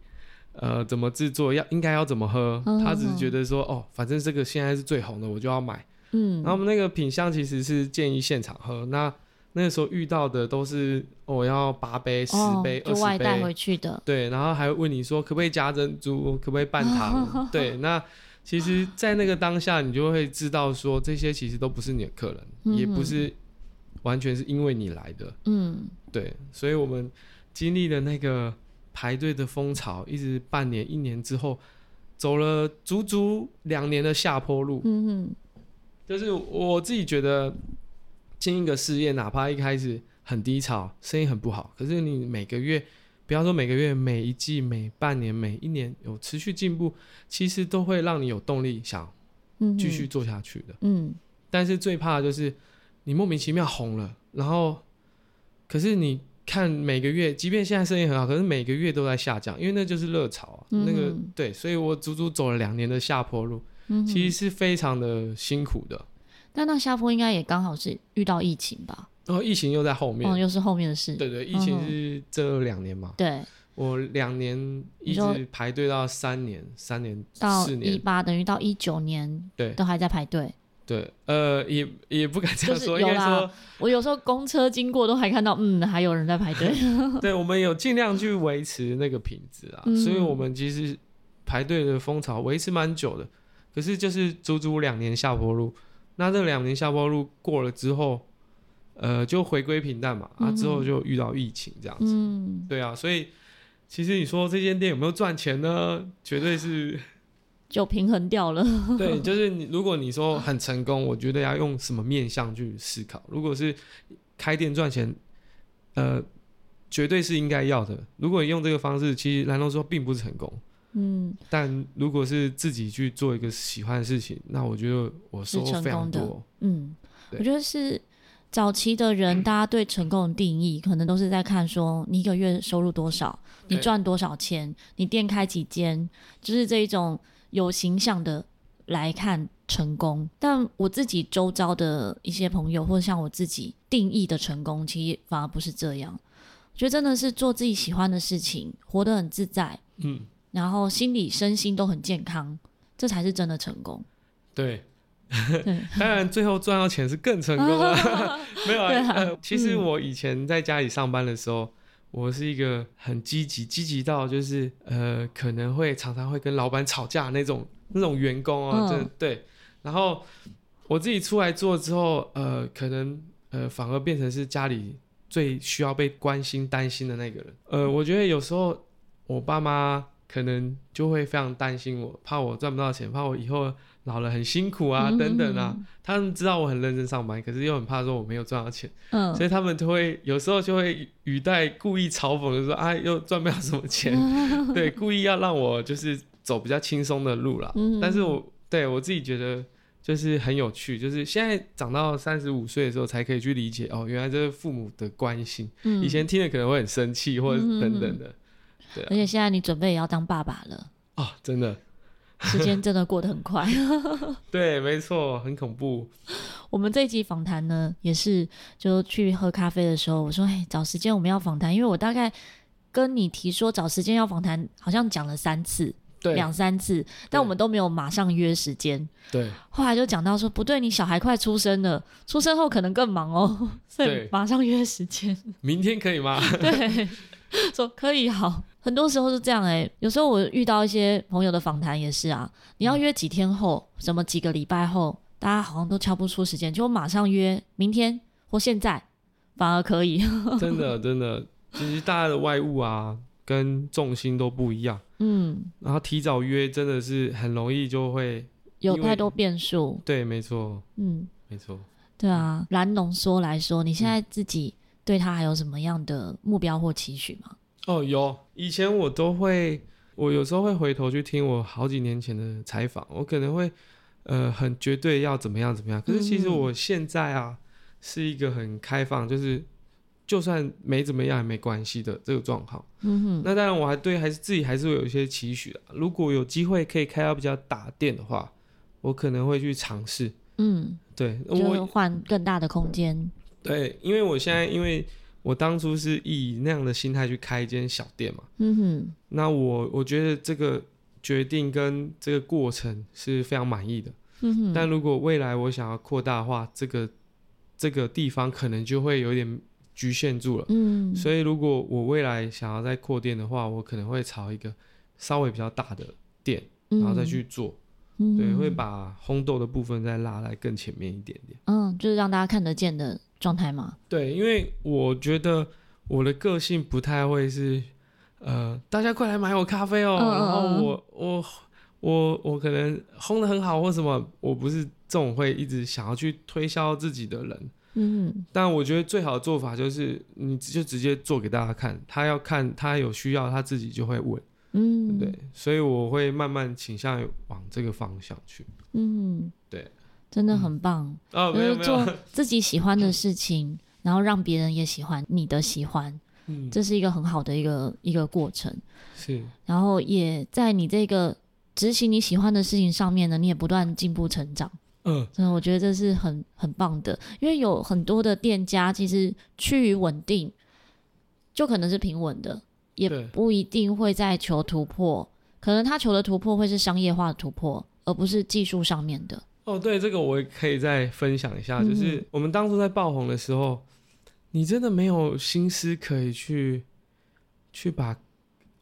呃，怎么制作，要应该要怎么喝，嗯他只是觉得说，哦，反正这个现在是最红的，我就要买。嗯然后我们那个品相其实是建议现场喝，那那个时候遇到的都是我、哦、要八杯、十哦杯、就二外十带杯回，去的，对，然后还会问你说可不可以加珍珠，可不可以 半糖，对，那。其实，在那个当下，你就会知道说，这些其实都不是你的客人，也嗯不哼是完全是因为你来的。嗯对，所以我们经历了那个排队的风潮，一直半年、一年之后，走了足足两年的下坡路。嗯哼，就是我自己觉得，经营一个事业，哪怕一开始很低潮，生意很不好，可是你每个月，不要说每个月、每一季、每半年、每一年有持续进步，其实都会让你有动力想嗯哼继续，做下去的。嗯但是最怕的就是你莫名其妙红了，然后可是你看每个月，即便现在生意很好，可是每个月都在下降，因为那就是热潮啊。嗯那个对，所以我足足走了两年的下坡路，嗯哼，其实是非常的辛苦的。但那下坡应该也刚好是遇到疫情吧，然后疫情又在后面，哦，又是后面的事，对对，疫情嗯哼是这两年嘛，对，我两年一你说直排队到三年、三年、到四一年，八等于到一九年对都还在排队。对，呃，也也不敢这样就是说，有应该啦说。我有时候公车经过都还看到，嗯，还有人在排队。 对，我们有尽量去维持那个品质啊，嗯所以我们其实排队的风潮维持蛮久的，可是就是足足两年下坡路。那这两年下坡路过了之后，呃，就回归平淡嘛，啊，之后就遇到疫情这样子。嗯，对啊，所以其实你说这间店有没有赚钱呢？绝 对是就平衡掉了。对，就是你如果你说很成功，我觉得要用什么面向去思考。如果是开店赚钱，呃，绝对是应该要的。如果你用这个方式，其实兰州说并不成功。嗯，但如果是自己去做一个喜欢的事情，那我觉得我收获非常是成功多的。嗯，对我觉得是早期的 人，大家对成功的定义，可能都是在看说你一个月收入多少，你对赚多少钱，你店开几间，就是这一种有形象的来看成功。但我自己周遭的一些朋友，或者像我自己定义的成功，其实反而不是这样。我觉得真的是做自己喜欢的事情，活得很自在，嗯，然后心理、身心都很健康，这才是真的成功。对。对， 当然，最后赚到钱是更成 功了。没有啊、对啊呃，其实嗯我以前在家里上班的时候，我是一个很积极，积极到就是呃，可能会常常会跟老板吵架那种那种员工啊，嗯真的对。然后我自己出来做之后，呃，可能呃反而变成是家里最需要被关心、担心的那个人。呃，我觉得有时候我爸妈可能就会非常担心我，怕我赚不到钱，怕我以后老了很辛苦啊，嗯等等啊。他们知道我很认真上班，可是又很怕说我没有赚到钱，嗯，所以他们就会有时候就会语带故意嘲讽，就说啊，又赚不了什么钱，对，故意要让我就是走比较轻松的路啦。嗯但是我对我自己觉得就是很有趣，就是现在长到三十五岁的时候才可以去理解哦，原来这是父母的关心，嗯以前听了可能会很生气或者嗯嗯嗯等等的。对嗯而啊，且现在你准备也要当爸爸了，哦，真的，时间真的过得很快。 对，没错，很恐怖。我们这一集访谈呢，也是就去喝咖啡的时候，我说：“哎，找时间我们要访谈，因为我大概跟你提说找时间要访谈，好像讲了三次、对两三次，但我们都没有马上约时间。对后来就讲到说，不对，你小孩快出生了，出生后可能更忙哦，所以对马上约时间。明天可以 吗？ 对，说可以好。很多时候是这样哎、有时候我遇到一些朋友的访谈也是啊，你要约几天后，什么几个礼拜后，大家好像都敲不出时间，就马上约明天或现在，反而可以。 真的真的，其实大家的外物啊，跟重心都不一样。嗯，然后提早约真的是很容易就会，有因为太多变数。对，没错，嗯，没错。对啊。蓝浓缩来说，你现在自己对他还有什么样的目标或期许吗？哦，有，以前我都会，我有时候会回头去听我好几年前的采访，我可能会，呃，很绝对要怎么样怎么样。可是其实嗯我现在啊，是一个很开放，就是就算没怎么样也没关系的这个状况。嗯哼，那当然，我还对还是自己还是会有一些期许的。啊如果有机会可以开到比较大店的话，我可能会去尝试。嗯，对，就是我换更大的空间。对，因为我现在因为我当初是以那样的心态去开一间小店嘛，嗯哼，那我我觉得这个决定跟这个过程是非常满意的。嗯哼，但如果未来我想要扩大的话，这个这个地方可能就会有点局限住了。嗯，所以如果我未来想要再扩店的话，我可能会朝一个稍微比较大的店，然后再去做。嗯，对，嗯会把烘豆的部分再拉来更前面一点点。嗯，就是让大家看得见的状态嘛。对，因为我觉得我的个性不太会是，呃，大家快来买我咖啡哦，嗯嗯然嗯后我我我我可能烘的很好或什么，我不是这种会一直想要去推销自己的人。嗯但我觉得最好的做法就是，你就直接做给大家看，他要看他有需要，他自己就会问，嗯，对，，所以我会慢慢倾向于往这个方向去。嗯，对，真的很棒，哦，就没有是没有，做自己喜欢的事情，然后让别人也喜欢你的喜欢，嗯，这是一个很好的一个一个过程。是，然后也在你这个执行你喜欢的事情上面呢，你也不断进步成长。嗯，真的，我觉得这是很很棒的，因为有很多的店家其实趋于稳定，就可能是平稳的，也对不一定会在求突破，可能他求的突破会是商业化的突破，而不是技术上面的。哦，对，这个我也可以再分享一下，嗯就是我们当初在爆红的时候，你真的没有心思可以去去把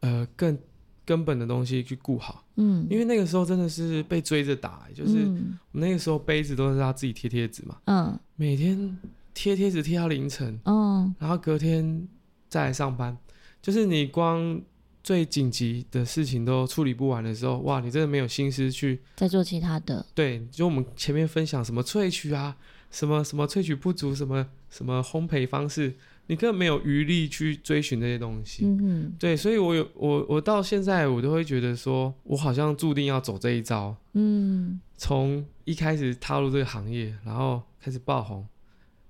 呃更根本的东西去顾好，嗯，因为那个时候真的是被追着打、欸就是嗯我们那个时候杯子都是他自己贴贴纸嘛，嗯每天贴贴纸贴到凌晨，嗯然后隔天再来上班，就是你光最紧急的事情都处理不完的时候，哇，你真的没有心思去。在做其他的，对，就我们前面分享什么萃取啊，什么什么萃取不足，什么什么烘焙方式，你根本没有余力去追寻这些东西。嗯哼对，所以我有我我到现在我都会觉得说，我好像注定要走这一招。嗯从一开始踏入这个行业，然后开始爆红，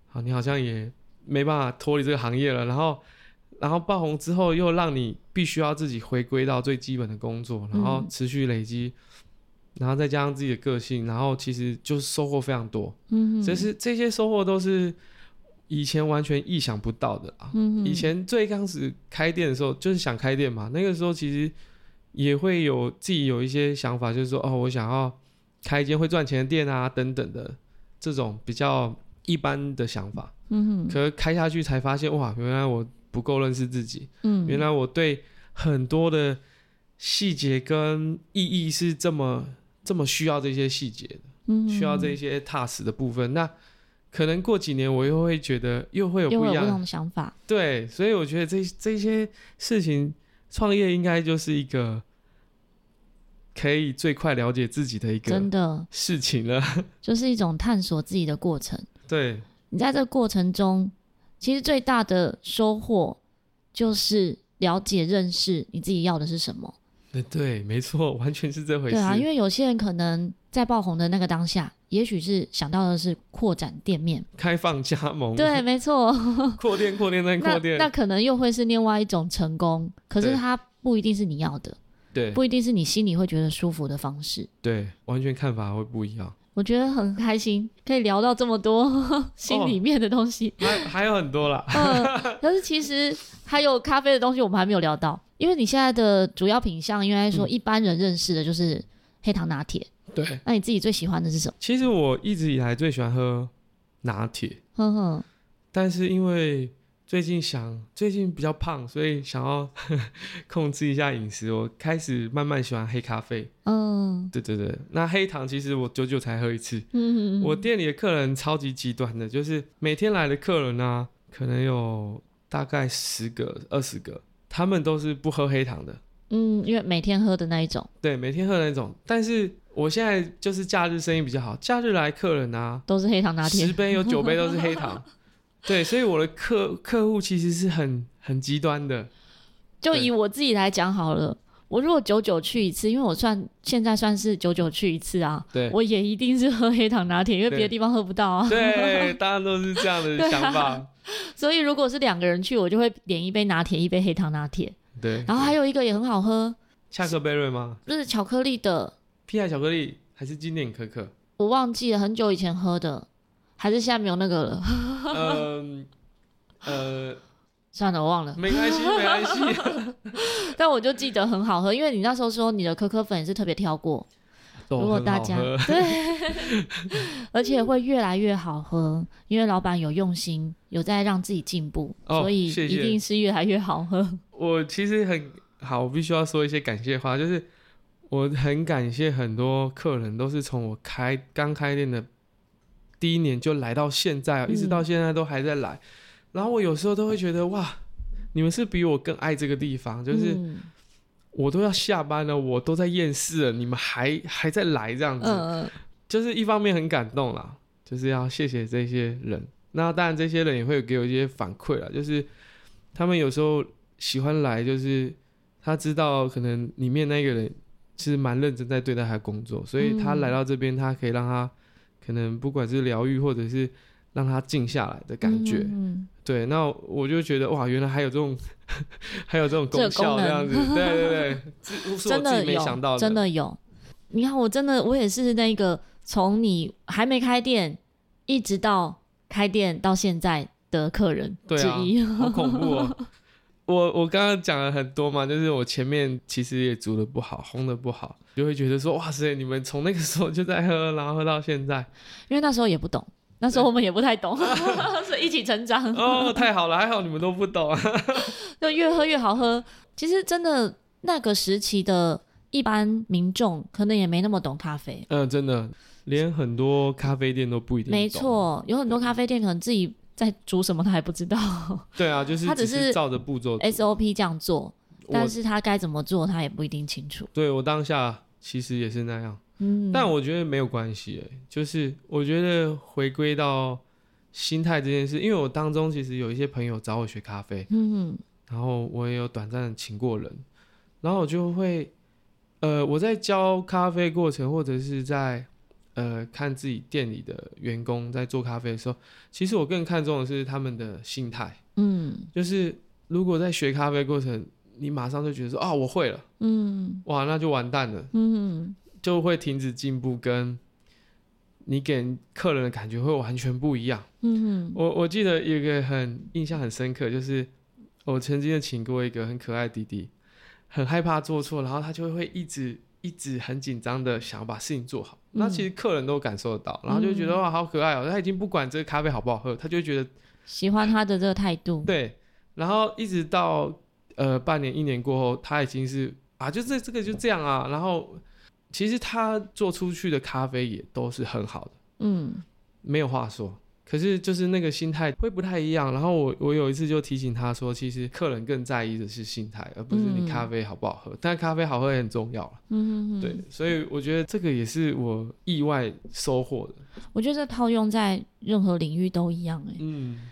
好，你好像也没办法脱离这个行业了。然后，然后爆红之后，又让你必须要自己回归到最基本的工作，然后嗯持续累积，然后再加上自己的个性，然后其实就是收获非常多。嗯哼，这是这些收获都是以前完全意想不到的啊。嗯哼以前最刚开始开店的时候，就是想开店嘛。那个时候其实也会有自己有一些想法，就是说哦，我想要开一间会赚钱的店啊，等等的这种比较一般的想法。嗯哼可是开下去才发现，哇，原来我不够认识自己，嗯原来我对很多的细节跟意义是这么这么需要这些细节的。嗯需要这一些踏实的部分。那可能过几年我又会觉得又会有又不会一有不同样，的想法，对，所以我觉得这这些事情，创业应该就是一个可以最快了解自己的一个真的事情了。 就是一种探索自己的过程。对，你在这个过程中，其实最大的收获就是了解、认识你自己要的是什么。对哎对，没错，完全是这回事。对啊，因为有些人可能在爆红的那个当下，也许是想到的是扩展店面，开放加盟，对，，没错。 扩店扩店再那扩店，那可能又会是另外一种成功，可是对它不一定是你要的，对不一定是你心里会觉得舒服的方式。对，完全看法会不一样。我觉得很开心，可以聊到这么多 哦心里面的东西。还还有很多啦，嗯，可是其实还有咖啡的东西，我们还没有聊到，因为你现在的主要品相，应该嗯说一般人认识的就是黑糖拿铁。对，那你自己最喜欢的是什么？其实我一直以来最喜欢喝拿铁，哼哼，但是因为最近想最近比较胖，所以想要 控制一下饮食，我开始慢慢喜欢黑咖啡。嗯对对对，那黑糖其实我久久才喝一次。嗯，我店里的客人超级极端的，就是每天来的客人呢、可能有大概十个、二十个，他们都是不喝黑糖的。嗯，因为每天喝的那一种对，每天喝那种。但是我现在就是假日生意比较好，假日来客人啊，都是黑糖拿十铁。杯有九杯都是黑糖。对，所以我的客客户其实是很很极端的。就以我自己来讲好了。我如果久久去一次，因为我算现在算是久久去一次啊，对，我也一定是喝黑糖拿铁，因为对别的地方喝不到啊。对，大家都是这样 的对啊想法。所以如果是两个人去，我就会点一杯拿铁，一杯黑糖拿铁。对，然后还有一个也很好喝，恰克贝瑞吗？就是巧克力的，屁孩巧克力还是经典可可？我忘记了，很久以前喝的，还是现在没有那个了， 嗯呃，算了，我忘了。 没关系，没关系。但我就记得很好喝，因为你那时候说你的可可粉也是特别挑过，如果大家都很好喝而且会越来越好喝，因为老板有用心，有在让自己进步，哦所以谢谢一定是越来越好喝。我其实很好，我必须要说一些感谢话，就是我很感谢很多客人都是从我开刚开店的第一年就来到现在哦，嗯一直到现在都还在来。然后我有时候都会觉得哇，你们是比我更爱这个地方， 就是嗯我都要下班了，我都在厌世了，你们还还在来这样嗯子。嗯就是一方面很感动啦，就是要谢谢这些人。那当然，这些人也会给我一些反馈啦，就是他们有时候喜欢来，就是他知道可能里面那个人其实蛮认真在对待他的工作，所以他嗯来到这边，他可以让他可能不管是疗愈或者是让他静下来的感觉。嗯对，那我就觉得哇，原来还有这种 还有这种这个功效功能这样子，对对对， 这是我真自的己没想到有，真的的有。你看，我真的我也是那个从你还没开店一直到开店到现在的客人对之啊一。 好恐怖哦！我我刚刚讲了很多嘛，就是我前面其实也煮的不好，烘的不好，就会觉得说哇塞，你们从那个时候就在喝，然后喝到现在，因为那时候也不懂，那时候我们也不太 懂， 所以一起成长，哦，太好了，还好你们都不懂啊。 就越喝越好喝。其实真的那个时期的一般民众可能也没那么懂咖啡，嗯、真的，连很多咖啡店都不一定。没，错，有很多咖啡店可能自己在煮什么他还不知道 对啊，就是它只是是照着步骤。 ，SOP 这样做，我但是他该怎么做他也不一定清楚。对我当下其实也是那样，嗯，但我觉得没有关系、欸，就是我觉得回归到心态这件事，因为我当中其实有一些朋友找我学咖啡，嗯然后我也有短暂地请过人，然后我就会，呃，我在教咖啡过程，或者是在呃看自己店里的员工在做咖啡的时候，其实我更看重的是他们的心态，嗯就是如果在学咖啡过程，你马上就觉得说啊我会了，嗯哇那就完蛋了，嗯，就会停止进步，跟你给客人的感觉会完全不一样。嗯我我记得有一个很印象很深刻，就是我曾经有请过一个很可爱的弟弟，很害怕做错，然后他就会一直一直很紧张的想要把事情做好。嗯那其实客人都感受得到，然后就觉得哇好可爱哦，他已经不管这个咖啡好不好喝，他就觉得喜欢他的这个态度，对。然后一直到呃半年一年过后，他已经是啊就这这个就这样啊，然后其实他做出去的咖啡也都是很好的，嗯没有话说。可是就是那个心态会不太一样。然后我我有一次就提醒他说，其实客人更在意的是心态，而不是你咖啡好不好喝。但咖啡好喝也很重要了，啊嗯，对，所以我觉得这个也是我意外收获的。我觉得这套用在任何领域都一样哎、嗯，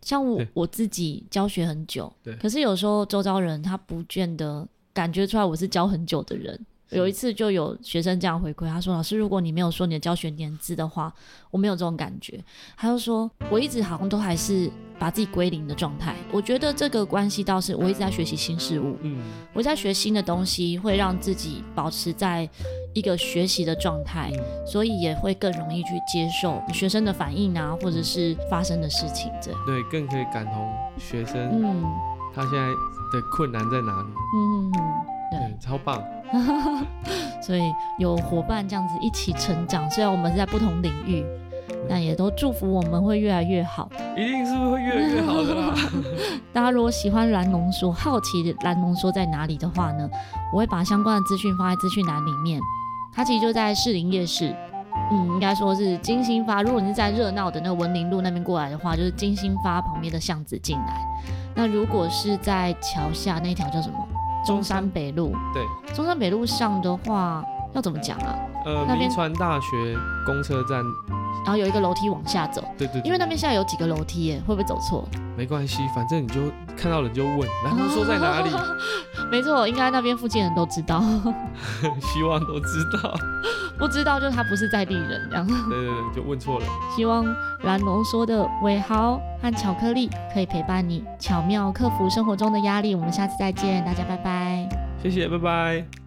像我对我自己教学很久对，可是有时候周遭人他不见得感觉出来我是教很久的人。是有一次就有学生这样回馈，他说：“老师，如果你没有说你的教学年资的话，我没有这种感觉。”他就说：“我一直好像都还是把自己归零的状态。”我觉得这个关系倒是我一直在学习新事物，嗯，我在学新的东西，会让自己保持在一个学习的状态，嗯所以也会更容易去接受学生的反应啊，或者是发生的事情这样。对，更可以感同学生嗯他现在的困难在哪里。嗯，对，对，超棒。 所以有伙伴这样子一起成长，虽然我们是在不同领域，但也都祝福我们会越来越好。一定是会越来越好 的啦。大家如果喜欢蓝浓缩，好奇蓝浓缩在哪里的话呢，我会把相关的资讯放在资讯栏里面。它其实就在士林夜市，嗯，应该说是金星发。如果你是在热闹的那个文林路那边过来的话，就是金星发旁边的巷子进来。那如果是在桥下那一条叫什么？中山北路。对，中山北路上的话，要怎么讲啊？那呃，边民传大学公车站，然后有一个楼梯往下走，对对对，因为那边现在有几个楼梯耶，会不会走错？没关系，反正你就看到人就问，然后说在哪里， 没错，应该那边附近人都知道， 希望都知道。不知道就他不是在地人这样。 对对对，就问错了。希望蓝龙说的尾豪和巧克力可以陪伴你，巧妙克服生活中的压力。我们下次再见，大家拜拜。谢谢，拜拜。